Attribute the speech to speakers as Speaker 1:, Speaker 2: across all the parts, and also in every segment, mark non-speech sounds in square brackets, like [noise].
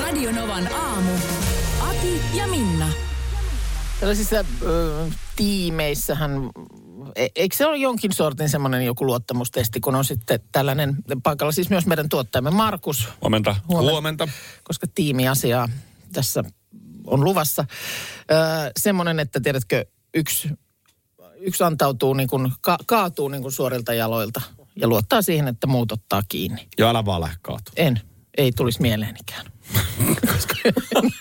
Speaker 1: Radionovan aamu. Ati ja Minna.
Speaker 2: Tällaisissa ö, tiimeissähän, e- eikö se ole jonkin sortin semmoinen joku luottamustesti, kun on sitten tällainen paikalla, siis myös meidän tuottajamme Markus,
Speaker 3: Huomenta.
Speaker 2: Huomenta.
Speaker 4: Huomenta.
Speaker 2: koska tiimiasiaa tässä on luvassa. Ö, semmoinen, että tiedätkö, yksi, yksi antautuu niin kuin, ka- kaatuu niin kuin suorilta jaloilta ja luottaa siihen, että muut ottaa kiinni.
Speaker 4: Ja älä vaan lähde kaatu.
Speaker 2: En, ei tulisi mieleenikään. Koska en,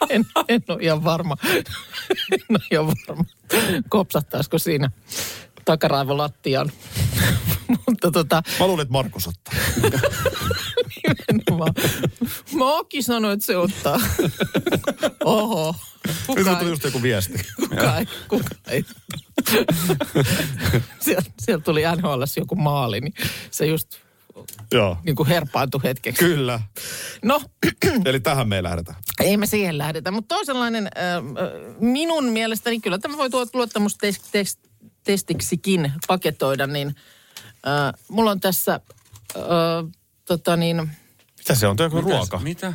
Speaker 2: en, en ole ihan varma, en ole ihan varma, kopsattaisiko siinä takaraivo lattiaan. Mutta tota,
Speaker 4: Mä luulin, että Markus ottaa.
Speaker 2: nimenomaan. Mä oonkin sanonut, että se ottaa. Oho.
Speaker 4: Nyt
Speaker 2: Kuka
Speaker 4: tuli
Speaker 2: ei,
Speaker 4: just joku viesti.
Speaker 2: kuka ei, kuka ei. Sieltä sielt tuli NHL joku maali, niin se just
Speaker 4: [laughs] Joo.
Speaker 2: niin kuin herpaantui hetkeksi.
Speaker 4: [laughs] Kyllä.
Speaker 2: No,
Speaker 4: Eli tähän me ei lähdetä.
Speaker 2: Ei me siihen lähdetä, mutta toisenlainen äh, äh, minun mielestäni kyllä tämä voi tuot luottamustestiksikin paketoida, niin äh, mulla on tässä äh, tota niin, äh,
Speaker 4: Mitä se on?
Speaker 3: No
Speaker 4: Tuo joku ruoka.
Speaker 3: Mitä?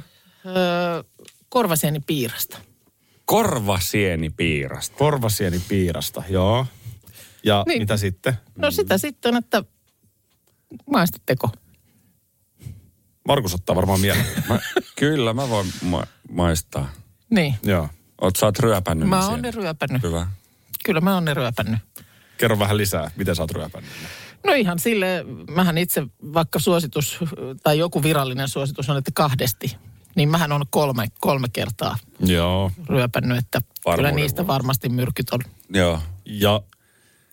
Speaker 2: korvasienipiirasta.
Speaker 3: Korvasienipiirasta.
Speaker 4: Korvasieni piirasta, joo. Ja
Speaker 2: Niin.
Speaker 4: niin. mitä sitten?
Speaker 2: No sitä sitten, että maistatteko?
Speaker 4: Markus ottaa varmaan mieleen.
Speaker 3: Mä, kyllä, mä voin ma- maistaa.
Speaker 2: Niin.
Speaker 4: [laughs] joo.
Speaker 3: Oot sä oot ryöpännyt
Speaker 2: Mä
Speaker 3: ne
Speaker 2: oon
Speaker 3: siellä.
Speaker 2: ne ryöpännyt.
Speaker 3: Hyvä.
Speaker 2: Kyllä mä oon ne ryöpännyt.
Speaker 4: Kerro vähän lisää, miten sä oot ryöpännyt.
Speaker 2: No ihan sille, mähän itse, vaikka suositus tai joku virallinen suositus on, että kahdesti, niin mähän on kolme, kolme kertaa
Speaker 4: Joo.
Speaker 2: ryöpännyt, että kyllä
Speaker 3: Varmuuden
Speaker 2: niistä
Speaker 3: vuoksi.
Speaker 2: varmasti myrkyt on.
Speaker 3: Joo.
Speaker 4: Ja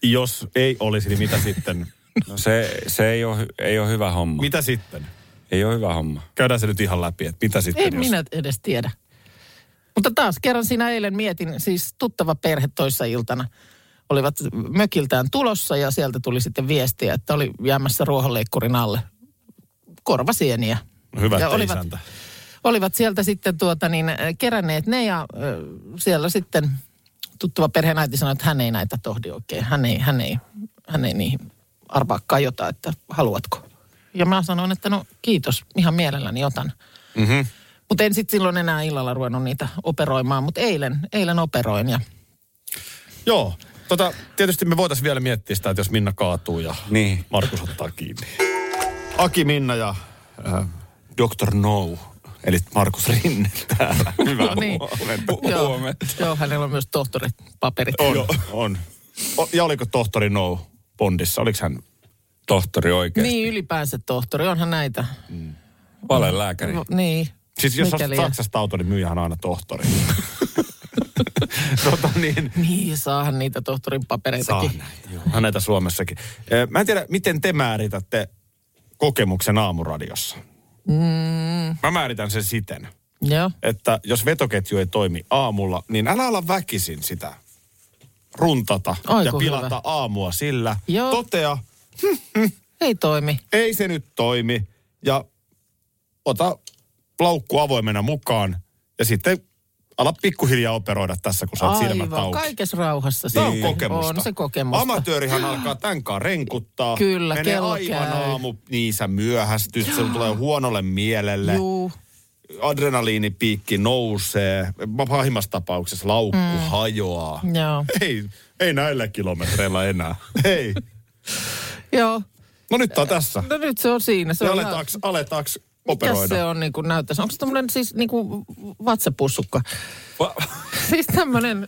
Speaker 4: jos ei olisi, niin mitä [laughs] sitten?
Speaker 3: No se, se ei, ole, ei ole hyvä homma.
Speaker 4: Mitä sitten?
Speaker 3: Ei ole hyvä homma.
Speaker 4: Käydään se nyt ihan läpi, että mitä sitten?
Speaker 2: En minä edes tiedä. Mutta taas kerran siinä eilen mietin, siis tuttava perhe toissa iltana olivat mökiltään tulossa ja sieltä tuli sitten viestiä, että oli jäämässä ruohonleikkurin alle korvasieniä.
Speaker 4: No Hyvä,
Speaker 2: ja
Speaker 4: että
Speaker 2: olivat-
Speaker 4: isäntä.
Speaker 2: Olivat sieltä sitten tuota niin, äh, keränneet ne ja äh, siellä sitten tuttava perheenäiti sanoi, että hän ei näitä tohdi oikein. Hän ei, hän ei, hän ei niihin arvaakaan jotain, että haluatko. Ja mä sanoin, että no kiitos, ihan mielelläni otan.
Speaker 4: Mm-hmm.
Speaker 2: Mutta en sitten silloin enää illalla ruvennut niitä operoimaan, mutta eilen, eilen operoin ja
Speaker 4: Joo. Tota, tietysti me voitaisiin vielä miettiä sitä, että jos Minna kaatuu ja
Speaker 3: Niin.
Speaker 4: Markus ottaa kiinni. Aki Minna ja äh, Dr. No, eli Markus Rinne [laughs] täällä.
Speaker 2: No [laughs] niin.
Speaker 4: huomenta.
Speaker 2: joo,
Speaker 3: Huomenta.
Speaker 2: joo, hänellä on myös tohtoripaperit.
Speaker 4: On, on. O, ja oliko tohtori No Bondissa? Oliko hän?
Speaker 3: Tohtori oikein.
Speaker 2: Niin ylipäänsä tohtori, onhan näitä.
Speaker 3: Vale lääkäri.
Speaker 2: No, niin.
Speaker 4: Siis jos
Speaker 2: Mikäli-
Speaker 4: Mikäli Saksasta auto, niin myyjähän on aina tohtori. [laughs] tota niin.
Speaker 2: Niin, saahan niitä tohtorin papereitakin.
Speaker 4: Saa näitä, joo. Onhan näitä Suomessakin. Eh, Mä en tiedä, miten te määritätte kokemuksen aamuradiossa. Mm. Mä määritän sen siten.
Speaker 2: Joo.
Speaker 4: että jos vetoketju ei toimi aamulla, niin älä ala väkisin sitä runtata
Speaker 2: Ai,
Speaker 4: ja
Speaker 2: kun
Speaker 4: pilata
Speaker 2: hyvä.
Speaker 4: aamua sillä.
Speaker 2: Joo.
Speaker 4: Totea,
Speaker 2: Ei toimi.
Speaker 4: ei se nyt toimi ja ota laukku avoimena mukaan ja sitten ala pikkuhiljaa operoida tässä, kun saat silmät
Speaker 2: Aivan,
Speaker 4: auki.
Speaker 2: kaikessa rauhassa.
Speaker 4: Tämä on
Speaker 3: Niin,
Speaker 2: sitten.
Speaker 4: kokemusta.
Speaker 2: On se kokemusta.
Speaker 4: Amatöörihän alkaa tämän kanssa renkuttaa.
Speaker 2: Kyllä,
Speaker 4: Menee
Speaker 2: kello
Speaker 4: aivan
Speaker 2: käy.
Speaker 4: aamu, niin sä myöhästyt, se tulee huonolle mielelle.
Speaker 2: Juu.
Speaker 4: adrenaliinipiikki nousee, pahimmassa tapauksessa laukku mm. hajoaa.
Speaker 2: Joo.
Speaker 4: Ei, ei näillä kilometreillä enää. ei.
Speaker 2: joo.
Speaker 4: No nyt tää on tässä.
Speaker 2: No nyt se on siinä. Se
Speaker 4: Ja
Speaker 2: on
Speaker 4: aletaanko, aletaanko
Speaker 2: Mikäs
Speaker 4: operoida?
Speaker 2: se on niin kuin näyttäisi? Onko se tämmöinen siis niin kuin vatsapussukka? [laughs]
Speaker 3: Va-
Speaker 2: Siis tämmöinen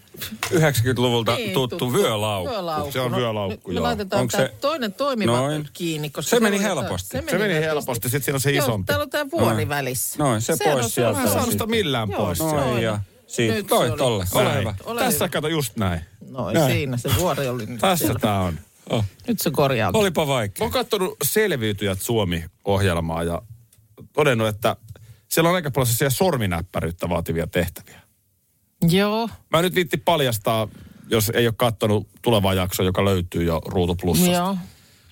Speaker 3: 90-luvulta
Speaker 2: Niin,
Speaker 3: tuttu,
Speaker 2: tuttu.
Speaker 3: vyölaukku.
Speaker 2: vyölaukku. No,
Speaker 4: Se on vyölaukku,
Speaker 2: me
Speaker 4: joo.
Speaker 2: laitetaan
Speaker 3: Onko
Speaker 2: tämä
Speaker 3: se-
Speaker 2: toinen toimiva
Speaker 3: Noin.
Speaker 2: kiinni. Koska
Speaker 3: Se meni
Speaker 2: oli-
Speaker 3: helposti.
Speaker 4: Se meni helposti, sit siinä on se
Speaker 2: Joo,
Speaker 4: isompi.
Speaker 2: täällä on tämä vuori välissä.
Speaker 3: Noin, se
Speaker 2: Sehän
Speaker 3: pois
Speaker 2: on
Speaker 3: sieltä.
Speaker 4: Mä en
Speaker 2: suoraan-
Speaker 4: saanut sitä millään
Speaker 2: Joo,
Speaker 4: pois.
Speaker 2: no.
Speaker 3: Noin ja
Speaker 2: Nyt
Speaker 3: siitä.
Speaker 2: se
Speaker 3: Toi
Speaker 2: oli.
Speaker 3: tolle. Ole
Speaker 4: Näin.
Speaker 3: hyvä.
Speaker 2: Ole
Speaker 4: Tässä
Speaker 2: hyvä.
Speaker 4: kato just näin.
Speaker 2: Noin,
Speaker 4: Näin.
Speaker 2: No siinä se vuori oli nyt
Speaker 4: Tässä
Speaker 2: siellä.
Speaker 4: tää on.
Speaker 3: Oh.
Speaker 2: Nyt se korjaa.
Speaker 3: Olipa vaikea.
Speaker 4: Mä oon katsonut Selviytyjät Suomi-ohjelmaa ja todennut, että siellä on aika paljon sellaisia sorminäppäryyttä vaativia tehtäviä.
Speaker 2: Joo,
Speaker 4: Mä en nyt viitti paljastaa, jos ei ole katsonut tulevaa jaksoa, joka löytyy jo Ruutu Plussasta.
Speaker 2: joo.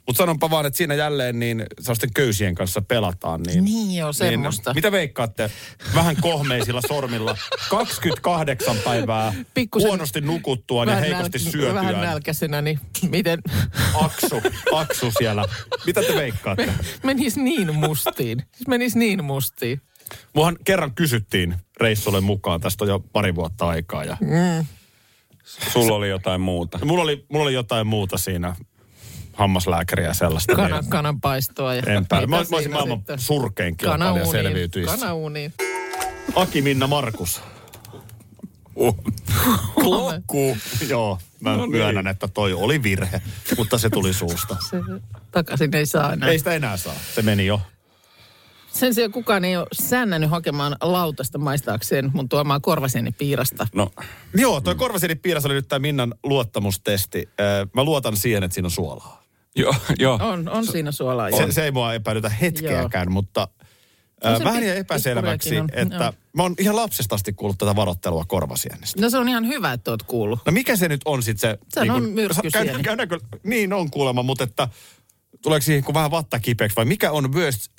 Speaker 4: Mutta sanonpa vaan, että siinä jälleen niin sellaisten köysien kanssa pelataan. Niin,
Speaker 2: Niin joo, semmoista.
Speaker 4: mitä veikkaatte? Vähän kohmeisilla sormilla. 28 päivää
Speaker 2: Pikkusen-
Speaker 4: huonosti nukuttua ja niin heikosti
Speaker 2: nälk-
Speaker 4: syötyä.
Speaker 2: Vähän nälkäisenä, niin miten...
Speaker 4: aksu, aksu siellä.
Speaker 2: [laughs]
Speaker 4: Mitä te veikkaatte?
Speaker 2: Menis niin mustiin. Siis Menis niin mustiin.
Speaker 4: Muhan kerran kysyttiin reissulle mukaan, tästä on jo pari vuotta aikaa. Ja
Speaker 2: Mm.
Speaker 3: Sulla oli jotain muuta.
Speaker 4: mulla, oli, mulla oli jotain muuta siinä, hammaslääkäriä ja sellaista.
Speaker 2: Kana,
Speaker 4: niin
Speaker 2: kananpaistoa. Ja
Speaker 4: en pää.
Speaker 2: mitä
Speaker 4: Mä, mä olisin
Speaker 2: siinä
Speaker 4: maailman
Speaker 2: sitten?
Speaker 4: surkein kilpailija
Speaker 2: Kanauniin.
Speaker 4: selviytyjissä.
Speaker 2: Kanauniin.
Speaker 4: Aki Minna Markus. Oh. Klokku. Joo, mä no
Speaker 3: No niin.
Speaker 4: myönnän, että toi oli virhe, mutta se tuli suusta.
Speaker 2: Se takaisin ei saa enää.
Speaker 4: Ei sitä enää saa. Se meni jo.
Speaker 2: Sen sijaan kukaan ei ole säännännyt hakemaan lautasta maistaakseen mun tuomaa korvasieni piirasta.
Speaker 3: No,
Speaker 4: Joo, toi korvasinin piiras oli nyt tämä Minnan luottamustesti. Ö, Mä luotan siihen, että siinä on suolaa.
Speaker 3: joo, joo.
Speaker 2: On, on siinä suolaa.
Speaker 4: Se, se ei mua epäilytä hetkeäkään, mutta
Speaker 2: On
Speaker 4: äh,
Speaker 2: se
Speaker 4: vähän
Speaker 2: pik-
Speaker 4: jäi epäselväksi,
Speaker 2: pikkuriakin on,
Speaker 4: että
Speaker 2: joo.
Speaker 4: mä oon ihan lapsesta asti kuullut tätä varottelua korvasienestä.
Speaker 2: No se on ihan hyvä, että oot kuullut.
Speaker 4: No mikä se nyt on sitten se?
Speaker 2: Se on myrskysieni.
Speaker 4: käy- käydäänkö, niin on kuulemma, mutta että tuleeko siihen kun vähän vatta kipeäksi vai mikä on worst,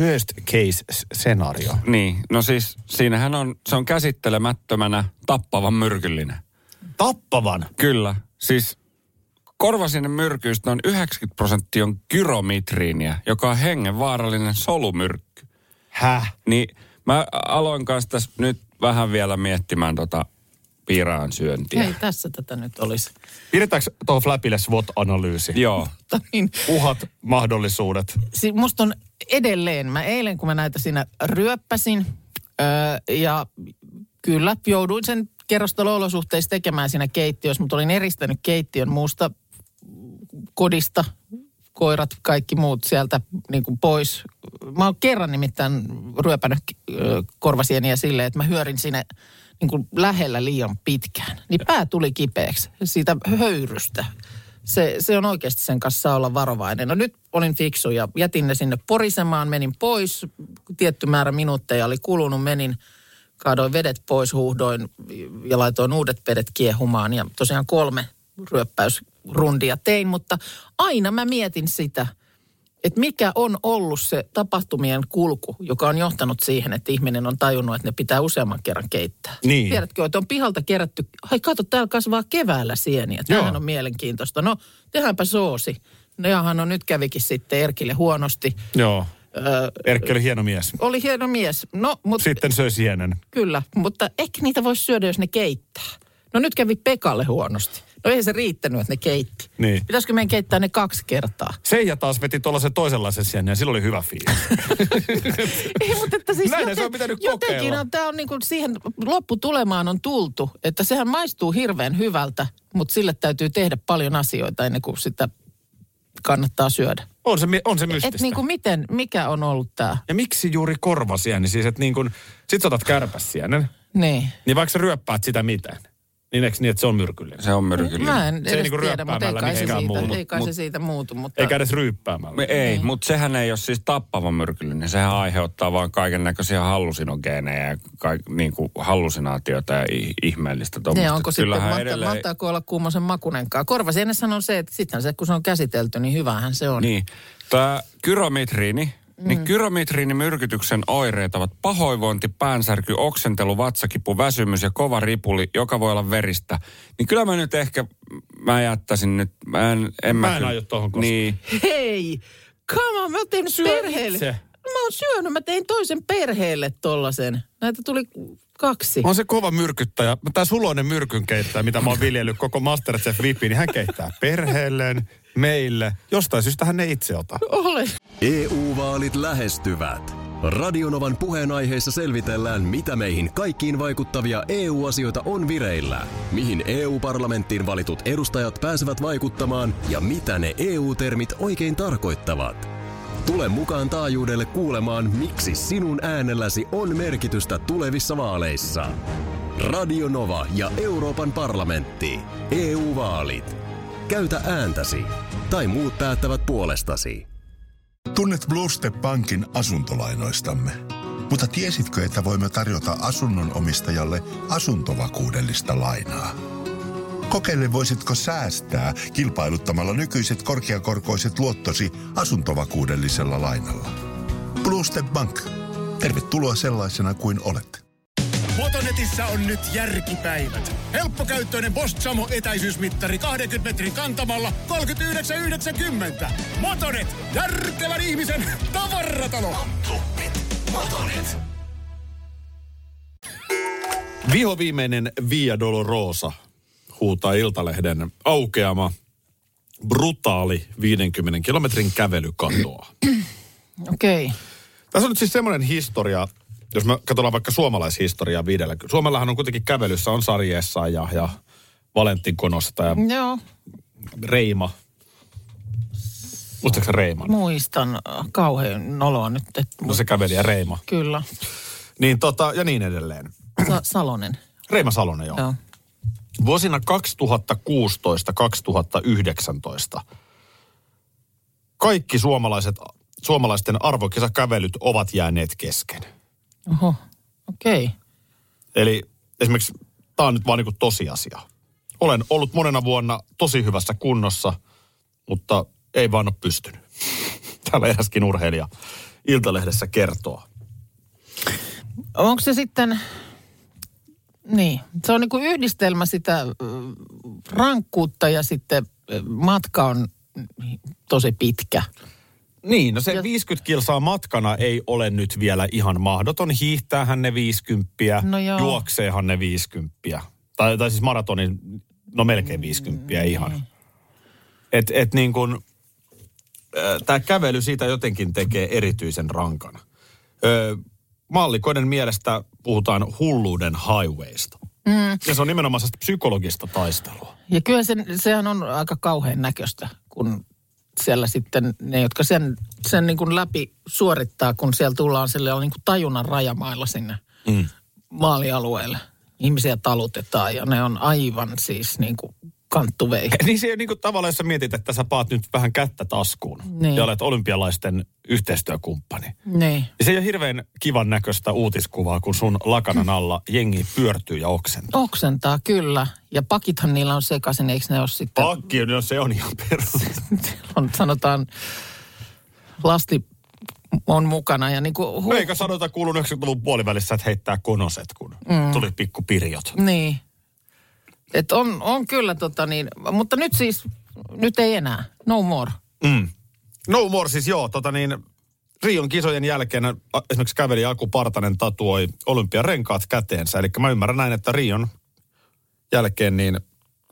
Speaker 4: worst case s- scenario?
Speaker 3: Niin, no siis siinähän on, se on käsittelemättömänä tappavan myrkyllinen.
Speaker 4: Tappavan.
Speaker 3: Kyllä, siis korvasinen myrkyistä noin 90 prosenttia on kyromitriiniä, joka on hengenvaarallinen solumyrkky.
Speaker 4: Häh?
Speaker 3: Niin mä aloin kanssa tässä nyt vähän vielä miettimään tota piiraan syöntiä.
Speaker 2: Ei tässä tätä nyt olisi.
Speaker 4: Pidetäänkö tuohon flapille SWOT-analyysi?
Speaker 3: Joo,
Speaker 2: Mutta niin,
Speaker 4: Uhat, mahdollisuudet.
Speaker 2: siis musta on edelleen, mä eilen kun mä näitä siinä ryöppäsin, öö, ja kyllä jouduin sen kerrostalo-olosuhteissa tekemään siinä keittiössä, mutta olin eristänyt keittiön muusta kodista, koirat, kaikki muut sieltä niin kuin pois. Mä oon kerran nimittäin ryöpännyt öö, korvasieniä silleen, että mä hyörin sinne niin kuin lähellä liian pitkään. Niin pää tuli kipeäksi siitä höyrystä. Se, se on oikeasti sen kanssa saa olla varovainen. No nyt olin fiksu ja jätin ne sinne porisemaan, menin pois. Tietty määrä minuutteja oli kulunut, menin kaadoin vedet pois, huuhdoin ja laitoin uudet vedet kiehumaan. Ja tosiaan kolme ryöppäysrundia tein, mutta aina mä mietin sitä, että mikä on ollut se tapahtumien kulku, joka on johtanut siihen, että ihminen on tajunnut, että ne pitää useamman kerran keittää.
Speaker 4: Niin.
Speaker 2: Tiedätkö, että on pihalta kerätty, ai kato, täällä kasvaa keväällä sieniä,
Speaker 4: Joo.
Speaker 2: tämähän on mielenkiintoista. No, tehdäänpä soosi. No jahan, no nyt kävikin sitten Erkille huonosti.
Speaker 4: Joo.
Speaker 2: Öö,
Speaker 4: Erkki oli hieno mies.
Speaker 2: oli hieno mies. No, mutta
Speaker 4: Sitten söi sienen.
Speaker 2: Kyllä, mutta ehkä niitä voisi syödä, jos ne keittää. No nyt kävi Pekalle huonosti. No ei se riittänyt, että ne keitti.
Speaker 4: Niin.
Speaker 2: Pitäisikö meidän keittää ne kaksi kertaa?
Speaker 4: Seija taas veti tuollaisen toisenlaisen sienen ja sillä oli hyvä fiilis.
Speaker 2: Ei, mutta että siis
Speaker 4: Näinhän se on pitänyt
Speaker 2: jotenkin
Speaker 4: kokeilla.
Speaker 2: on, tämä on niin kuin siihen lopputulemaan on tultu, että sehän maistuu hirveän hyvältä, mutta sille täytyy tehdä paljon asioita ennen kuin sitä kannattaa syödä.
Speaker 4: On se, mi- on se mystistä.
Speaker 2: Et niin kuin miten, mikä on ollut tämä?
Speaker 4: Ja miksi juuri korvasieni? Siis että niin kun, sit sä otat kärpäsienen,
Speaker 2: Niin.
Speaker 4: niin vaikka sä ryöppäät sitä mitään, niin eikö niin, että se on myrkyllinen?
Speaker 3: se on myrkyllinen.
Speaker 2: Mä en edes
Speaker 4: ei niinku
Speaker 2: tiedä, mutta ei
Speaker 4: ryöppäämällä
Speaker 2: kai se
Speaker 4: mihinkään
Speaker 2: siitä,
Speaker 4: muutu.
Speaker 2: ei kai se
Speaker 3: Mut-
Speaker 2: siitä muutu. Mutta...
Speaker 4: Eikä edes ryyppäämällä.
Speaker 3: Me- Ei,
Speaker 2: Niin.
Speaker 3: mutta sehän ei ole siis tappava myrkyllinen. Sehän aiheuttaa vaan kaiken näköisiä hallusinogeenejä ja kaik, niin kuin hallusinaatioita ja i- ihmeellistä tuommoista.
Speaker 2: Ne onko sitten, mahtaa, edelleen...
Speaker 3: edelleen,
Speaker 2: mahtaako olla kuumosen makunenkaan. Korvasienessähän on se, että sittenhän se, kun se on käsitelty, niin hyvähän se on.
Speaker 3: Niin, tämä kyromitriini, niin kyromitriini myrkytyksen oireet ovat pahoinvointi, päänsärky, oksentelu, vatsakipu, väsymys ja kova ripuli, joka voi olla veristä. Niin kyllä mä nyt ehkä, mä jättäisin nyt, mä en, en
Speaker 4: Mä en
Speaker 3: kyllä-
Speaker 4: aio tohon koskaan.
Speaker 3: Niin,
Speaker 2: Hei, come on, mä oon tehnyt
Speaker 4: Syö
Speaker 2: perheelle.
Speaker 4: itse.
Speaker 2: Mä oon syönyt, mä tein toisen perheelle tollasen. Näitä tuli kaksi.
Speaker 4: On se kova myrkyttäjä. Tämä suloinen myrkynkeittäjä, mitä mä oon viljellyt koko Masterchef Vipiin, niin hän keittää perheelleen, meille. Jostain syystä hän ei itse ota.
Speaker 2: Ole.
Speaker 5: EU-vaalit E lähestyvät. Radionovan puheenaiheessa selvitellään, mitä meihin kaikkiin vaikuttavia EU-asioita on vireillä, mihin EU-parlamenttiin valitut edustajat pääsevät vaikuttamaan ja mitä ne EU-termit oikein tarkoittavat. Tule mukaan taajuudelle kuulemaan, miksi sinun äänelläsi on merkitystä tulevissa vaaleissa. Radio Nova ja Euroopan parlamentti. EU-vaalit. Käytä ääntäsi. Tai muut päättävät puolestasi.
Speaker 6: Tunnet Bluestep Bankin asuntolainoistamme. Mutta tiesitkö, että voimme tarjota asunnon omistajalle asuntovakuudellista lainaa? Kokeile, voisitko säästää kilpailuttamalla nykyiset korkeakorkoiset luottosi asuntovakuudellisella lainalla. Blue Step Bank. Tervetuloa sellaisena kuin olet.
Speaker 7: Motonetissä on nyt järkipäivät. Helppokäyttöinen Bosch Samo etäisyysmittari 20 metrin kantamalla 39,90. Motonet, järkevän ihmisen tavaratalo. Motonet.
Speaker 4: Viho viimeinen Via Dolorosa huutaa Iltalehden aukeama brutaali 50 kilometrin kävelykatoa.
Speaker 2: Okei. Okay.
Speaker 4: Tässä on nyt siis semmoinen historia, jos me katsotaan vaikka suomalaishistoriaa viidellä. Suomellahan on kuitenkin kävelyssä, on sarjeessa ja, ja Valentin Konosta ja
Speaker 2: Joo,
Speaker 4: Reima. Muistatko sä Reiman?
Speaker 2: muistan äh, kauhean noloa nyt. Että,
Speaker 4: No se käveli ja Reima.
Speaker 2: Kyllä.
Speaker 4: Niin tota, ja niin edelleen.
Speaker 2: Sa- Salonen.
Speaker 4: Reima Salonen, joo.
Speaker 2: Joo.
Speaker 4: Vuosina 2016-2019 kaikki suomalaiset, suomalaisten arvokisakävelyt ovat jääneet kesken.
Speaker 2: Oho, okei. Okay.
Speaker 4: Eli esimerkiksi tämä on nyt vaan niin tosiasia. Olen ollut monena vuonna tosi hyvässä kunnossa, mutta ei vaan ole pystynyt. [laughs] Täällä eräskin urheilija Iltalehdessä kertoo.
Speaker 2: Onko se sitten, niin, se on niinku yhdistelmä sitä ö, rankkuutta ja sitten ö, matka on tosi pitkä.
Speaker 4: Niin, no se 50 kilsaa matkana ei ole nyt vielä ihan mahdoton. Hiihtäähän ne 50,
Speaker 2: No joo.
Speaker 4: juokseehan ne 50. Tai, tai siis maratonin, no melkein
Speaker 2: Mm,
Speaker 4: 50
Speaker 2: niin.
Speaker 4: ihan. Et, et niin kuin, tämä kävely siitä jotenkin tekee erityisen rankan. Ö, mallikoiden mielestä puhutaan hulluuden highwaysta. Mm. Ja se on nimenomaan sellaista psykologista taistelua.
Speaker 2: Ja kyllä sen, sehän on aika kauhean näköistä, kun siellä sitten ne, jotka sen, sen niin kuin läpi suorittaa, kun siellä tullaan sille niin kuin tajunnan rajamailla sinne mm. maalialueelle. Ihmisiä talutetaan ja ne on aivan siis niin kuin kanttuveihin.
Speaker 4: [laughs] Niin se on niin kuin tavallaan, jos sä mietit, että sä paat nyt vähän kättä taskuun
Speaker 2: Niin.
Speaker 4: ja olet olympialaisten yhteistyökumppani.
Speaker 2: Niin.
Speaker 4: Niin se ei ole hirveän kivan näköistä uutiskuvaa, kun sun lakanan alla jengi pyörtyy ja oksentaa.
Speaker 2: Oksentaa, kyllä. Ja pakithan niillä on sekaisin, eikö ne ole sitten,
Speaker 4: Pakki, no se on ihan perus.
Speaker 2: [laughs] on, sanotaan, lasti on mukana ja niin kuin, huh,
Speaker 4: No Eikä sanota kuulun 90-luvun puolivälissä, että heittää konoset, kun mm. tuli pikku pirjot.
Speaker 2: Niin. Et on, on kyllä tota niin, mutta nyt siis, nyt ei enää. No more.
Speaker 4: No more siis joo, tota niin, Rion kisojen jälkeen ä, esimerkiksi käveli Aku Partanen tatuoi olympiarenkaat käteensä. Eli mä ymmärrän näin, että Rion jälkeen niin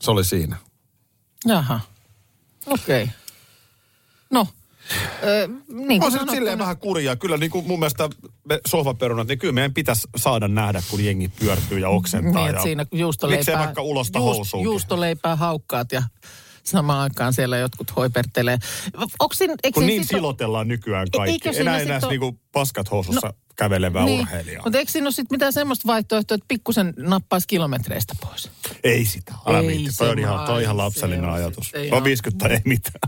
Speaker 4: se oli siinä.
Speaker 2: Jaha. Okei. Okay. No. Ö, niin kuin
Speaker 4: On se nyt
Speaker 2: sanottu,
Speaker 4: silleen vähän kurjaa. Kyllä niin kuin mun mielestä me sohvaperunat, niin kyllä meidän pitäisi saada nähdä, kun jengi pyörtyy ja oksentaa.
Speaker 2: niin, että
Speaker 4: ja...
Speaker 2: siinä
Speaker 4: Miksei
Speaker 2: juustoleipää,
Speaker 4: vaikka ulosta housuunkin?
Speaker 2: juustoleipää haukkaat ja samaan aikaan siellä jotkut hoipertelee. Onko siinä, eikö
Speaker 4: Kun
Speaker 2: siinä
Speaker 4: niin
Speaker 2: sit ole-
Speaker 4: silotellaan nykyään kaikki.
Speaker 2: eikö siinä
Speaker 4: enää
Speaker 2: sit
Speaker 4: enää
Speaker 2: ole-
Speaker 4: niinku paskat housussa no, kävelevää niin, urheilijaa.
Speaker 2: Mutta eikö siinä ole sitten mitään semmoista vaihtoehtoa, että pikkusen nappaisi kilometreistä pois?
Speaker 4: Ei sitä. Älä
Speaker 2: Ei
Speaker 4: viitti. Toi on
Speaker 2: se
Speaker 4: ihan,
Speaker 2: vaan,
Speaker 4: toi on ihan
Speaker 2: se
Speaker 4: lapsellinen
Speaker 2: on
Speaker 4: ajatus.
Speaker 2: sitten
Speaker 4: No
Speaker 2: ihan-
Speaker 4: 50 ei mitään.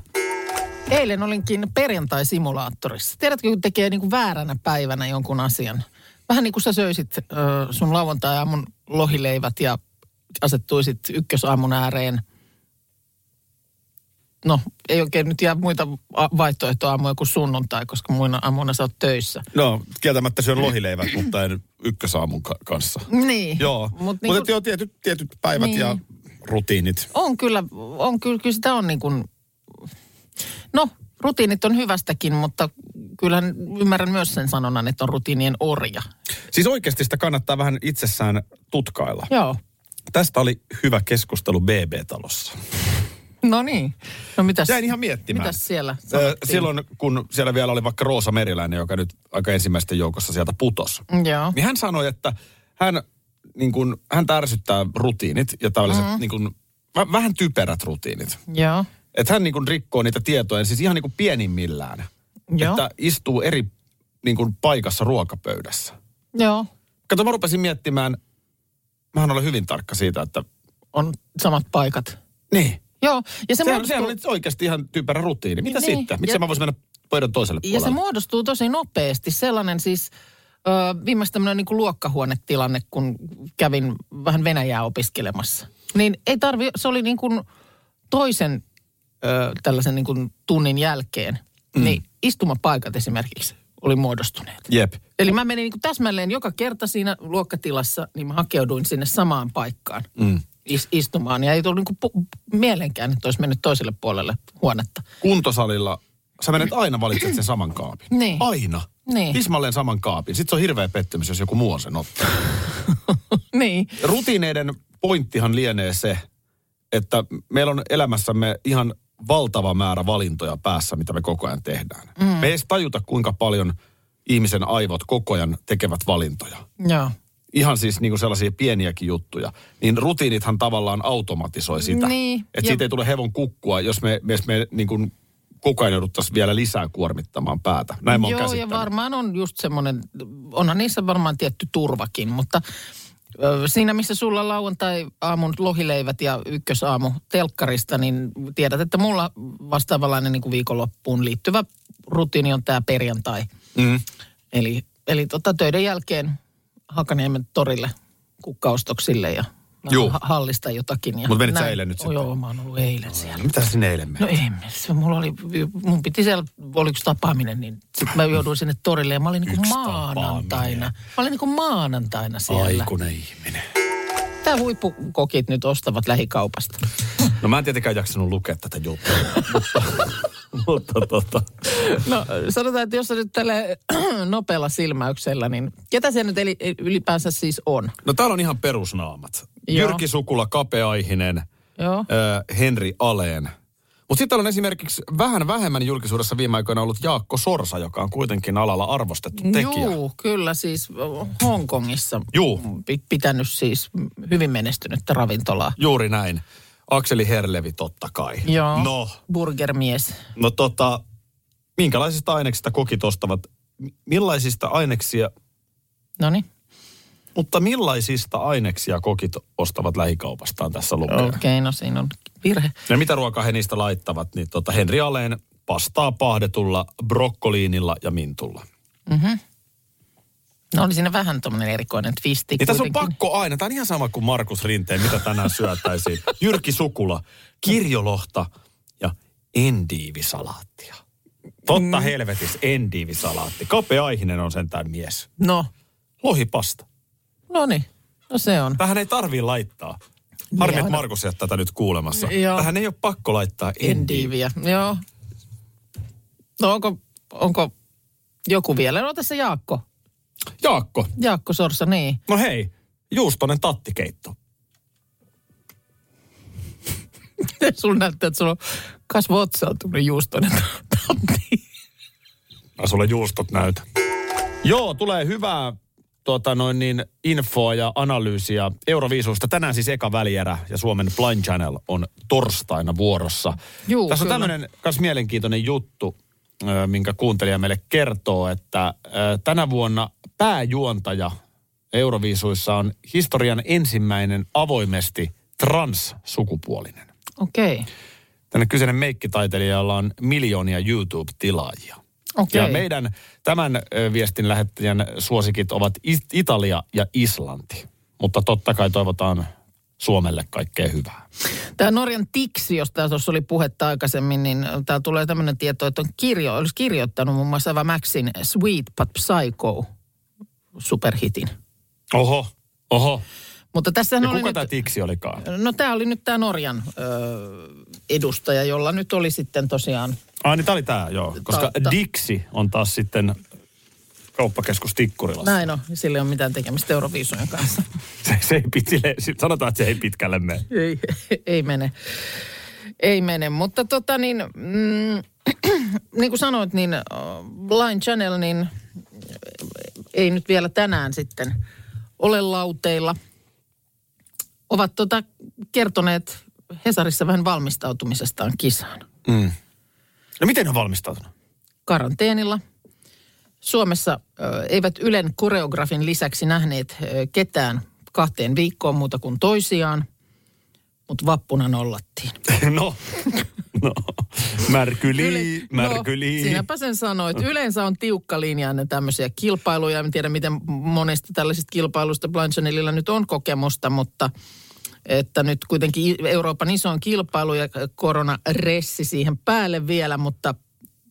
Speaker 2: Eilen olinkin perjantai-simulaattorissa. Tiedätkö, kun tekee niin kuin vääränä päivänä jonkun asian. Vähän niin kuin sä söisit ö, sun lauantai-aamun lohileivät ja asettuisit ykkösaamun ääreen. No, ei oikein nyt jää muita a- vaihtoehtoaamuja kuin sunnuntai, koska muina aamuina sä oot töissä.
Speaker 4: No, kieltämättä syön lohileivät, mutta en ykkösaamun ka- kanssa.
Speaker 2: Niin.
Speaker 4: Joo,
Speaker 2: Mut
Speaker 4: mutta
Speaker 2: niinku-
Speaker 4: mut niin tietyt, tietyt päivät
Speaker 2: Niin.
Speaker 4: ja rutiinit.
Speaker 2: On kyllä, on kyllä, kyllä sitä on niin kuin, no rutiinit on hyvästäkin, mutta kyllähän ymmärrän myös sen sanonnan, että on rutiinien orja.
Speaker 4: Siis oikeasti sitä kannattaa vähän itsessään tutkailla.
Speaker 2: Joo.
Speaker 4: Tästä oli hyvä keskustelu BB-talossa.
Speaker 2: No niin. No mitäs,
Speaker 4: Jäin ihan miettimään.
Speaker 2: mitäs siellä
Speaker 4: Ö,
Speaker 2: sanottiin?
Speaker 4: Silloin, kun siellä vielä oli vaikka Roosa Meriläinen, joka nyt aika ensimmäisten joukossa sieltä putosi.
Speaker 2: Joo.
Speaker 4: Niin hän sanoi, että hän, niin kun, hän tärsyttää rutiinit ja tällaiset mm. niin kun, vä- vähän typerät rutiinit.
Speaker 2: Joo.
Speaker 4: Että hän niin kun, rikkoo niitä tietoja, siis ihan niin kun, pienimmillään.
Speaker 2: Joo.
Speaker 4: Että istuu eri niin kun, paikassa ruokapöydässä.
Speaker 2: Joo.
Speaker 4: Kato, mä rupesin miettimään, mähän olen hyvin tarkka siitä, että
Speaker 2: On samat paikat.
Speaker 4: niin.
Speaker 2: Joo. Ja se,
Speaker 4: Se sehän,
Speaker 2: muodostuu,
Speaker 4: sehän oli oikeasti ihan typerä rutiini. Mitä
Speaker 2: Niin,
Speaker 4: niin, sitten? Miksi
Speaker 2: ja-
Speaker 4: mä voisin mennä pöydän toiselle
Speaker 2: ja
Speaker 4: puolelle?
Speaker 2: se muodostuu tosi nopeasti. Sellainen siis Öö, viimeksi tämmöinen niin luokkahuonetilanne, kun kävin vähän Venäjää opiskelemassa. Niin ei tarvi, se oli niin kuin toisen öö, tällaisen niin kuin tunnin jälkeen, mm. niin istumapaikat esimerkiksi oli muodostuneet.
Speaker 4: Jep.
Speaker 2: Eli mä menin niin kuin täsmälleen joka kerta siinä luokkatilassa, niin mä hakeuduin sinne samaan paikkaan mm. is- istumaan. Ja ei tullut niin kuin pu- mielenkään, että olisi mennyt toiselle puolelle huonetta.
Speaker 4: Kuntosalilla sä menet aina valitset sen saman kaapin.
Speaker 2: Niin.
Speaker 4: Aina.
Speaker 2: Niin.
Speaker 4: Tismalleen saman kaapin. Sitten se on hirveä pettymys, jos joku muu on sen ottaa.
Speaker 2: Niin.
Speaker 4: Rutiineiden pointtihan lienee se, että meillä on elämässämme ihan valtava määrä valintoja päässä, mitä me koko ajan tehdään. Mm. Me ei edes tajuta, kuinka paljon ihmisen aivot koko ajan tekevät valintoja.
Speaker 2: Joo.
Speaker 4: Ihan siis niin kuin sellaisia pieniäkin juttuja. Niin rutiinithan tavallaan automatisoi sitä.
Speaker 2: Niin,
Speaker 4: että
Speaker 2: ja-
Speaker 4: siitä ei tule hevon kukkua, jos me, jos me niin kuin koko ajan jouduttaisiin vielä lisää kuormittamaan päätä. Näin mä oon
Speaker 2: Joo, ja
Speaker 4: käsittänyt.
Speaker 2: varmaan on just semmoinen, onhan niissä varmaan tietty turvakin, mutta ö, siinä missä sulla lauantai-aamun lohileivät ja ykkösaamu telkkarista, niin tiedät, että mulla vastaavanlainen niin kuin viikonloppuun liittyvä rutiini on tämä perjantai.
Speaker 4: Mm.
Speaker 2: Eli, eli tota, töiden jälkeen Hakaniemen torille kukkaustoksille ja vähän
Speaker 4: Juu.
Speaker 2: ha- hallista jotakin. ja
Speaker 4: Mut menit sä
Speaker 2: näin.
Speaker 4: eilen nyt
Speaker 2: Oh,
Speaker 4: sitten?
Speaker 2: Joo, mä oon ollut eilen siellä.
Speaker 4: Mitä sinne eilen meni?
Speaker 2: No ei, se mulla oli, mun piti siellä, oli yksi tapaaminen, niin sit mä jouduin sinne torille ja mä olin niinku maanantaina. Mä olin niinku maanantaina siellä.
Speaker 4: Aikuinen ihminen.
Speaker 2: Tää huippukokit nyt ostavat lähikaupasta.
Speaker 4: No mä en tietenkään jaksanut lukea tätä juttua, mutta, [laughs] mutta tota,
Speaker 2: No sanotaan, että jos sä nyt tällä [clears throat] nopealla silmäyksellä, niin ketä se nyt eli, ylipäänsä siis on?
Speaker 4: No täällä on ihan perusnaamat.
Speaker 2: Joo.
Speaker 4: Jyrki Sukula, Kapeaihinen,
Speaker 2: Joo.
Speaker 4: ö, Henri Aleen. Mutta sitten on esimerkiksi vähän vähemmän julkisuudessa viime aikoina ollut Jaakko Sorsa, joka on kuitenkin alalla arvostettu tekijä.
Speaker 2: Juu, kyllä siis Hongkongissa
Speaker 4: Juu.
Speaker 2: pi- pitänyt siis hyvin menestynyttä ravintolaa.
Speaker 4: Juuri näin. Akseli Herlevi totta kai.
Speaker 2: Joo.
Speaker 4: No,
Speaker 2: Burgermies.
Speaker 4: no tota, minkälaisista aineksista kokit ostavat? M- Millaisista aineksia,
Speaker 2: Noniin.
Speaker 4: mutta millaisista aineksia kokit ostavat lähikaupastaan tässä lukee?
Speaker 2: Okei, okay, no siinä on virhe.
Speaker 4: Ja mitä ruokaa he niistä laittavat, niin tota Henri Aleen pastaa pahdetulla, brokkoliinilla ja mintulla.
Speaker 2: No oli siinä vähän tommonen erikoinen twisti
Speaker 4: Niin tässä on
Speaker 2: kuitenkin.
Speaker 4: pakko aina, tämä on ihan sama kuin Markus Rinteen, mitä tänään syötäisiin. Jyrki Sukula, kirjolohta ja endiivisalaattia. Totta mm. helvetissä, endiivisalaatti. Kape Aihinen on sentään mies.
Speaker 2: No,
Speaker 4: Lohipasta.
Speaker 2: no niin. No se on.
Speaker 4: Tähän ei tarvii laittaa. Harmi, että
Speaker 2: Joo.
Speaker 4: Markus ei ole tätä nyt kuulemassa.
Speaker 2: Joo.
Speaker 4: Tähän ei ole pakko laittaa endiivi.
Speaker 2: Endiiviä, joo. No onko, onko joku vielä? No tässä Jaakko.
Speaker 4: Jaakko,
Speaker 2: Jaakko Sorsa, niin. [laughs]
Speaker 4: no hei, juustonen tattikeitto.
Speaker 2: Sulla näyttää, että sulla on kasvotsautuminen juustoinen tatti.
Speaker 4: Mä sulle juustot näytän. Joo, tulee hyvää tota noin niin, infoa ja analyysiä Euroviisuista. Tänään siis eka välierä ja Suomen Blind Channel on torstaina vuorossa.
Speaker 2: Juu,
Speaker 4: Tässä on
Speaker 2: kyllä.
Speaker 4: tämmöinen myös mielenkiintoinen juttu, ö, minkä kuuntelija meille kertoo, että ö, tänä vuonna pääjuontaja Euroviisuissa on historian ensimmäinen avoimesti
Speaker 2: [laughs]
Speaker 4: transsukupuolinen.
Speaker 2: Okei, okay.
Speaker 4: Tänne kyseinen meikkitaiteilijalla on miljoonia YouTube-tilaajia.
Speaker 2: okei.
Speaker 4: Ja meidän tämän ö, viestin lähettäjän suosikit ovat It- Italia ja Islanti. Mutta totta kai toivotaan Suomelle kaikkea hyvää.
Speaker 2: Tämä Norjan tiksi, josta tuossa oli puhetta aikaisemmin, niin täällä tulee tämmöinen tieto, että on kirjo, olisi kirjoittanut muun muassa Ava Maxin Sweet But Psycho superhitin.
Speaker 4: Oho, oho.
Speaker 2: Mutta tässä
Speaker 4: Ja
Speaker 2: oli
Speaker 4: kuka
Speaker 2: nyt,
Speaker 4: tämä tiksi olikaan?
Speaker 2: No tämä oli nyt tämä Norjan ö, edustaja, jolla nyt oli sitten tosiaan,
Speaker 4: Ai niin, tämä oli tämä, joo. Koska
Speaker 2: Totta.
Speaker 4: Diksi on taas sitten kauppakeskus Tikkurilassa.
Speaker 2: näin on, sillä ei ole mitään tekemistä Euroviisujen kanssa.
Speaker 4: Se, se ei pit, sille, sit sanotaan, että se ei pitkälle mene.
Speaker 2: [laughs] ei, [laughs] ei mene. Ei mene, mutta tota niin, mm, [clears throat] niin kuin sanoit, niin äh, Line Channel, niin äh, ei nyt vielä tänään sitten ole lauteilla. Ovat tota kertoneet Hesarissa vähän valmistautumisestaan kisaan.
Speaker 4: No miten ne on valmistautunut?
Speaker 2: karanteenilla. Suomessa ö, eivät Ylen koreografin lisäksi nähneet ö, ketään kahteen viikkoon muuta kuin toisiaan, mutta vappuna nollattiin.
Speaker 4: [laughs] No, No, märkyli,
Speaker 2: No,
Speaker 4: märkyli.
Speaker 2: siinäpä sen sanoit. Yleensä on tiukka linja ennen tämmöisiä kilpailuja. En tiedä, miten monesta tällaisista kilpailusta Blind Channelilla nyt on kokemusta, mutta että nyt kuitenkin i- Euroopan isoin kilpailu ja koronaressi siihen päälle vielä, mutta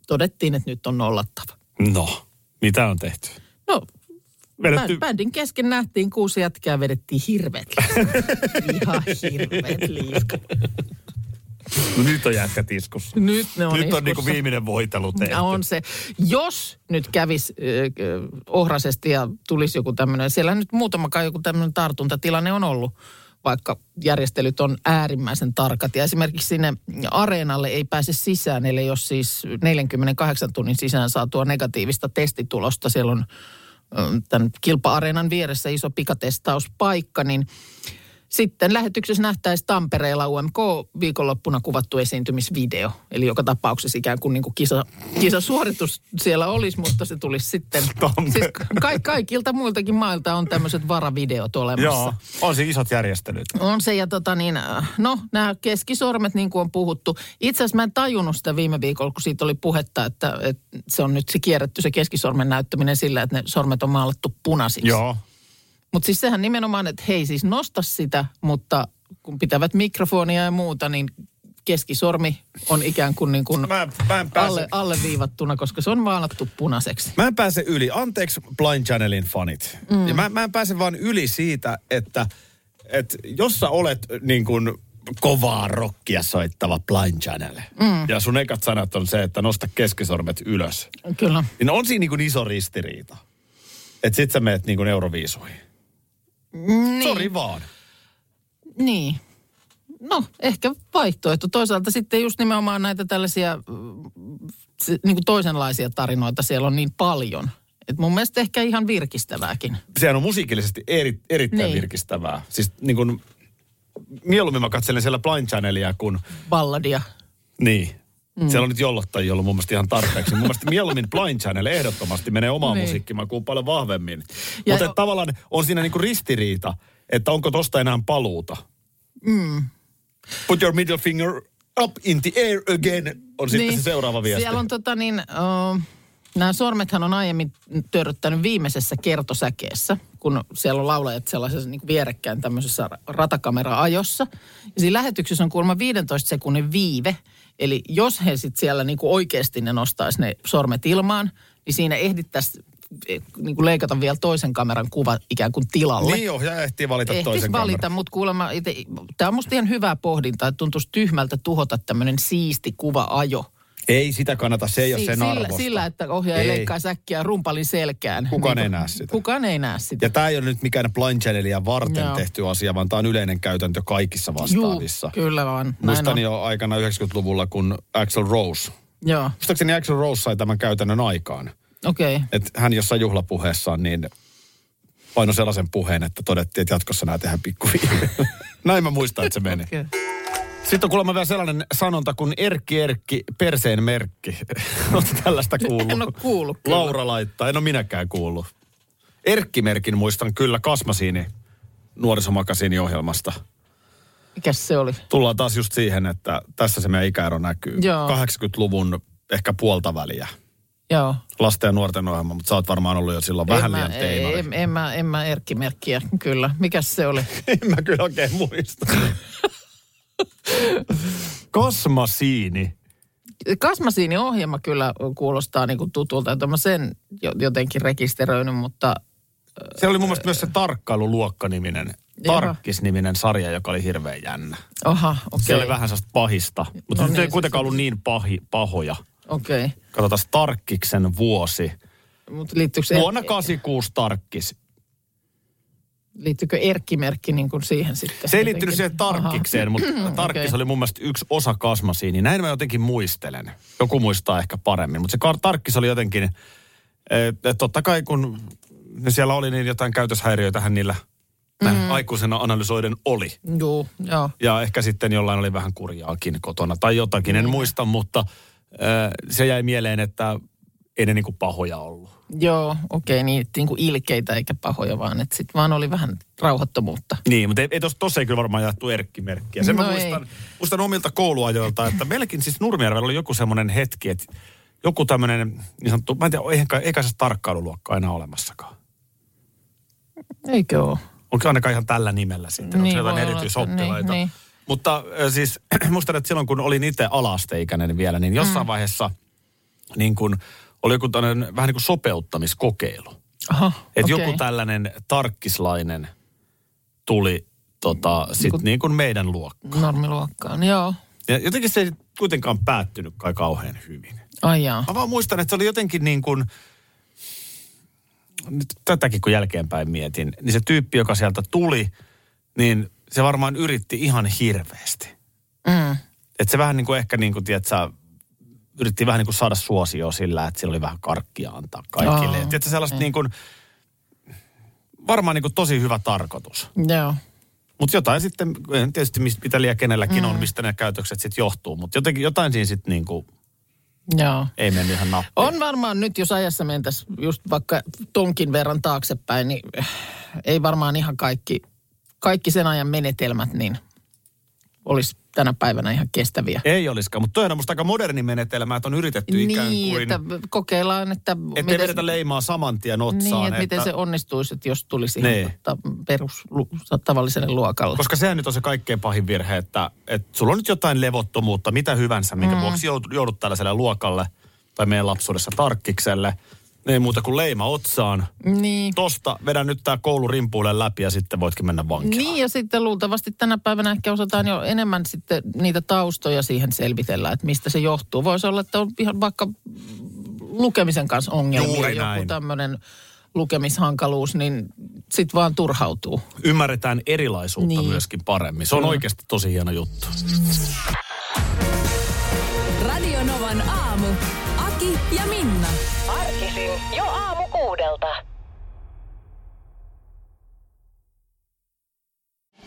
Speaker 2: todettiin, että nyt on nollattava.
Speaker 4: No, mitä on tehty?
Speaker 2: No,
Speaker 4: Vedetty-
Speaker 2: Vedetty. bändin kesken nähtiin kuusi jätkää ja vedettiin hirveet [laughs] liiskat. Ihan hirveet liiskat.
Speaker 4: No, nyt on jätkä tiskussa.
Speaker 2: Nyt ne on
Speaker 4: nyt on niinku
Speaker 2: iskussa.
Speaker 4: viimeinen voitelu tehty.
Speaker 2: Ja on se. Jos nyt kävisi ohrasesti ja tulisi joku tämmöinen, siellä nyt muutamakaan joku tämmöinen tartuntatilanne on ollut, vaikka järjestelyt on äärimmäisen tarkat. Ja esimerkiksi sinne areenalle ei pääse sisään, eli jos siis 48 tunnin sisään saatua negatiivista testitulosta, siellä on ö, tämän kilpa-areenan vieressä iso pikatestauspaikka, niin sitten lähetyksessä nähtäisi Tampereella UMK viikonloppuna kuvattu esiintymisvideo. Eli joka tapauksessa ikään kuin, niin kuin kisa, kisasuoritus siellä olisi, mutta se tulisi sitten.
Speaker 4: Tampere-
Speaker 2: Siis ka- kaikilta muiltakin mailta on tämmöiset varavideot olemassa.
Speaker 4: Joo, on siinä isot järjestelyt.
Speaker 2: On se ja tota niin, äh, no nämä keskisormet niin kuin on puhuttu. Itse asiassa mä en tajunnut sitä viime viikolla, kun siitä oli puhetta, että, että se on nyt se kierretty se keskisormen näyttäminen sillä, että ne sormet on maalattu punaisiksi.
Speaker 4: Joo.
Speaker 2: Mutta siis sehän nimenomaan, että hei siis nosta sitä, mutta kun pitävät mikrofonia ja muuta, niin keskisormi on ikään kuin, niin kuin
Speaker 4: Mä, mä en pääse.
Speaker 2: alle, alleviivattuna, koska se on maalattu punaiseksi.
Speaker 4: Mä en pääse yli. Anteeksi Blind Channelin fanit. Mm. Ja mä, mä en pääse vaan yli siitä, että, että jos sä olet niin kuin kovaa rockia soittava Blind Channel, mm. ja sun ekat sanat on se, että nosta keskisormet ylös,
Speaker 2: Kyllä.
Speaker 4: niin on siinä niin kuin iso ristiriita. Että sit sä meet niin kuin euroviisuihin. Niin. Sori vaan.
Speaker 2: Niin. No, ehkä vaihtoehto. Toisaalta sitten just nimenomaan näitä tällaisia niin kuin toisenlaisia tarinoita siellä on niin paljon. Et mun mielestä ehkä ihan virkistävääkin.
Speaker 4: sehän on musiikillisesti eri, erittäin niin.
Speaker 2: Niin.
Speaker 4: virkistävää. Siis niin kuin, mieluummin mä katselen siellä Blind Channelia kuin,
Speaker 2: Balladia.
Speaker 4: niin, mm. siellä on nyt jollottajia ollut mun mielestä ihan tarpeeksi. mun mielestä mieluummin Blind Channel ehdottomasti menee omaa niin.
Speaker 2: Niin.
Speaker 4: musiikkimakuun paljon vahvemmin.
Speaker 2: Ja
Speaker 4: Mutta
Speaker 2: jo-
Speaker 4: et tavallaan on siinä niin kuin ristiriita, että onko tosta enää paluuta. Mm. Put your middle finger up in the air again on sitten niin. se seuraava viesti.
Speaker 2: Siellä on tota niin, uh, nämä sormethan on aiemmin törröttänyt viimeisessä kertosäkeessä, kun siellä on laulajat sellaisessa niin kuin vierekkäin tämmöisessä ra- ratakamera-ajossa. Ja siinä lähetyksessä on kuulemma 15 sekunnin viive. Eli jos he sitten siellä niin kuin oikeasti ne nostaisi ne sormet ilmaan, niin siinä ehdittäisiin niin kuin leikata vielä toisen kameran kuva ikään kuin tilalle.
Speaker 4: Niin ohjaaja ehtii valita
Speaker 2: Ehtis
Speaker 4: toisen
Speaker 2: valita,
Speaker 4: kameran.
Speaker 2: mutta kuulemma, tämä on musta ihan hyvää pohdintaa, että tuntuisi tyhmältä tuhota tämmöinen siisti kuva-ajo.
Speaker 4: Ei sitä kannata, se ei ole
Speaker 2: Si-
Speaker 4: sen
Speaker 2: Niin, sillä,
Speaker 4: arvosta.
Speaker 2: sillä, että ohjaaja
Speaker 4: Ei.
Speaker 2: ei. leikkaa säkkiä rumpalin selkään.
Speaker 4: Kukaan
Speaker 2: Niin
Speaker 4: ei
Speaker 2: kuin-
Speaker 4: näe sitä.
Speaker 2: Kukaan ei näe sitä.
Speaker 4: Ja tämä ei ole nyt mikään blind channelia varten
Speaker 2: Joo.
Speaker 4: tehty asia, vaan tämä on yleinen käytäntö kaikissa
Speaker 2: Juu,
Speaker 4: vastaavissa.
Speaker 2: kyllä vaan. Näin
Speaker 4: Muistan
Speaker 2: on.
Speaker 4: jo aikana 90-luvulla, kun Axel Rose,
Speaker 2: Joo,
Speaker 4: muistaakseni Axel Rose sai tämän käytännön aikaan.
Speaker 2: okei. Okay.
Speaker 4: Että hän jossain juhlapuheessaan niin painoi sellaisen puheen, että todettiin, että jatkossa nämä tehdään pikkuviimein. [laughs] Näin mä muistan, että se meni.
Speaker 2: Okay.
Speaker 4: Sitten on kuulemma vielä sellainen sanonta kuin Erkki Erkki, perseen merkki. [laughs] Oletko tällaista kuullut?
Speaker 2: En ole kuullut kyllä.
Speaker 4: Laura laittaa, en ole minäkään kuullut. Erkki-merkin muistan kyllä Kasmasiini nuorisomakasiini ohjelmasta.
Speaker 2: Mikäs se oli?
Speaker 4: Tullaan taas just siihen, että tässä se meidän ikäero näkyy.
Speaker 2: Joo.
Speaker 4: 80-luvun ehkä puolta väliä.
Speaker 2: Joo.
Speaker 4: Lasten ja nuorten ohjelma, mutta sä oot varmaan ollut jo silloin vähän
Speaker 2: en, mä,
Speaker 4: liian teinari.
Speaker 2: en, en, mä, en mä erkkimerkkiä, kyllä. Mikäs se oli?
Speaker 4: [laughs] en mä kyllä oikein
Speaker 2: [laughs]
Speaker 4: muista. Kasmasiini.
Speaker 2: Kasmasiini ohjelma kyllä kuulostaa niinku tutulta, että mä sen jo- jotenkin rekisteröinyt, mutta
Speaker 4: Se oli mun mielestä myös se tarkkailuluokka-niminen,
Speaker 2: Jaha.
Speaker 4: Tarkkis-niminen sarja, joka oli hirveän jännä.
Speaker 2: oha,
Speaker 4: Se
Speaker 2: okei.
Speaker 4: oli vähän sellaista pahista,
Speaker 2: No
Speaker 4: mutta no, se ei
Speaker 2: niin, se-
Speaker 4: kuitenkaan ollut niin pahi, pahoja.
Speaker 2: Okei. Okay.
Speaker 4: Katsotaan Tarkkiksen vuosi. No,
Speaker 2: Mutta liittyykö, se-
Speaker 4: Vuonna 86 Tarkkis.
Speaker 2: liittyykö erkkimerkki niin kuin siihen sitten?
Speaker 4: Se ei
Speaker 2: jotenkin?
Speaker 4: liittynyt siihen
Speaker 2: Aha.
Speaker 4: Tarkkikseen, mutta Tarkkis
Speaker 2: Okei.
Speaker 4: oli mun mielestä yksi osa kasmasiin, niin näin mä jotenkin muistelen. Joku muistaa ehkä paremmin, mutta se kar- Tarkkis oli jotenkin, että totta kai kun ne siellä oli niin jotain käytöshäiriöitähän niillä mm. aikuisena analysoiden oli.
Speaker 2: Joo, joo.
Speaker 4: Ja ehkä sitten jollain oli vähän Niin. kurjaakin kotona tai jotakin, en muista, mutta ö, se jäi mieleen, että ei ne niin kuin pahoja ollut.
Speaker 2: Joo, okei, okay, niin, niin kuin ilkeitä eikä pahoja, vaan että sitten vaan oli vähän rauhattomuutta.
Speaker 4: Niin, mutta ei, ei tossa, tossa ei kyllä varmaan jaettu erkkimerkkiä. Sen no mä
Speaker 2: No ei.
Speaker 4: muistan, muistan omilta kouluajoilta, että meilläkin siis Nurmijärvellä oli joku semmoinen hetki, että joku tämmöinen niin sanottu, mä en tiedä, eihän kai, eikä se tarkkailuluokka aina olemassakaan.
Speaker 2: Eikö ole?
Speaker 4: Onko ainakaan ihan tällä nimellä sitten, niin,
Speaker 2: Niin,
Speaker 4: onko jotain
Speaker 2: voi olla, niin,
Speaker 4: erityisoppilaita. Niin,
Speaker 2: niin.
Speaker 4: Mutta äh, siis [clears throat] muistan, että silloin kun olin itse alasteikäinen vielä, niin jossain mm. vaiheessa niin kun, oli joku tämmöinen vähän niin kuin sopeuttamiskokeilu.
Speaker 2: Aha,
Speaker 4: Että
Speaker 2: okei.
Speaker 4: joku tällainen tarkkislainen tuli tota, sit niin kuin meidän luokkaan.
Speaker 2: Normiluokkaan, joo.
Speaker 4: Ja jotenkin se ei kuitenkaan päättynyt kai kauhean hyvin.
Speaker 2: Ai jaa.
Speaker 4: Mä vaan muistan, että se oli jotenkin niin kuin, nyt tätäkin kun jälkeenpäin mietin, niin se tyyppi, joka sieltä tuli, niin se varmaan yritti ihan hirveästi.
Speaker 2: Mm.
Speaker 4: Että se vähän niin kuin ehkä niin kuin, tiedätkö, sä, yritti vähän niin kuin saada suosioa sillä, että sillä oli vähän karkkia antaa kaikille.
Speaker 2: Aa,
Speaker 4: Oh, tiedätkö, sellaista niin kuin, varmaan niin kuin tosi hyvä tarkoitus.
Speaker 2: Joo.
Speaker 4: Mutta jotain sitten, en tietysti mis- mitä liian kenelläkin mm. on, mistä ne käytökset sitten johtuu, mutta jotenkin jotain siinä sitten niin kuin
Speaker 2: Joo.
Speaker 4: ei mennyt ihan nappiin.
Speaker 2: On varmaan nyt, jos ajassa mentäisiin just vaikka tonkin verran taaksepäin, niin eh, ei varmaan ihan kaikki, kaikki sen ajan menetelmät niin olisi tänä päivänä ihan kestäviä.
Speaker 4: Ei olisikaan, mutta toihan on musta aika moderni menetelmä, että on yritetty ikään
Speaker 2: Niin,
Speaker 4: kuin...
Speaker 2: että
Speaker 4: Että
Speaker 2: kokeillaan, että
Speaker 4: ettei vedetä leimaa saman tien otsaan.
Speaker 2: niin, että miten se onnistuisi, että jos tulisi
Speaker 4: Niin.
Speaker 2: ihan ta- perus lu- tavalliselle luokalle.
Speaker 4: Koska sehän nyt on se kaikkein pahin virhe, että, että sulla on nyt jotain levottomuutta, mitä hyvänsä, minkä mm. vuoksi joudut, joudut tällaiselle luokalle tai meidän lapsuudessa tarkkikselle. Ei muuta kuin leima otsaan.
Speaker 2: Niin.
Speaker 4: Tosta vedän nyt tää koulu rimpuille läpi ja sitten voitkin mennä vankilaan.
Speaker 2: Niin ja sitten luultavasti tänä päivänä ehkä osataan jo enemmän sitten niitä taustoja siihen selvitellä, että mistä se johtuu. Voisi olla, että on ihan vaikka lukemisen kanssa ongelmia,
Speaker 4: Juuri näin.
Speaker 2: joku tämmöinen lukemishankaluus, niin sitten vaan turhautuu.
Speaker 4: Ymmärretään erilaisuutta niin.
Speaker 2: Niin.
Speaker 4: myöskin paremmin. Se on oikeasti tosi hieno juttu.
Speaker 1: Radio Novan aamu. Aki ja Minna.
Speaker 8: Arkisin jo aamu kuudelta.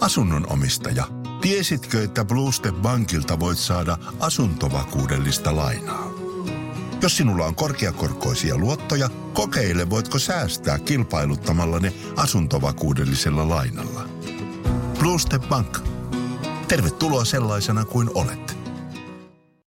Speaker 6: Asunnon omistaja, tiesitkö, että Blue Step Bankilta voit saada asuntovakuudellista lainaa? Jos sinulla on korkeakorkoisia luottoja, kokeile voitko säästää kilpailuttamalla ne asuntovakuudellisella lainalla. Blue Step Bank. Tervetuloa sellaisena kuin olet.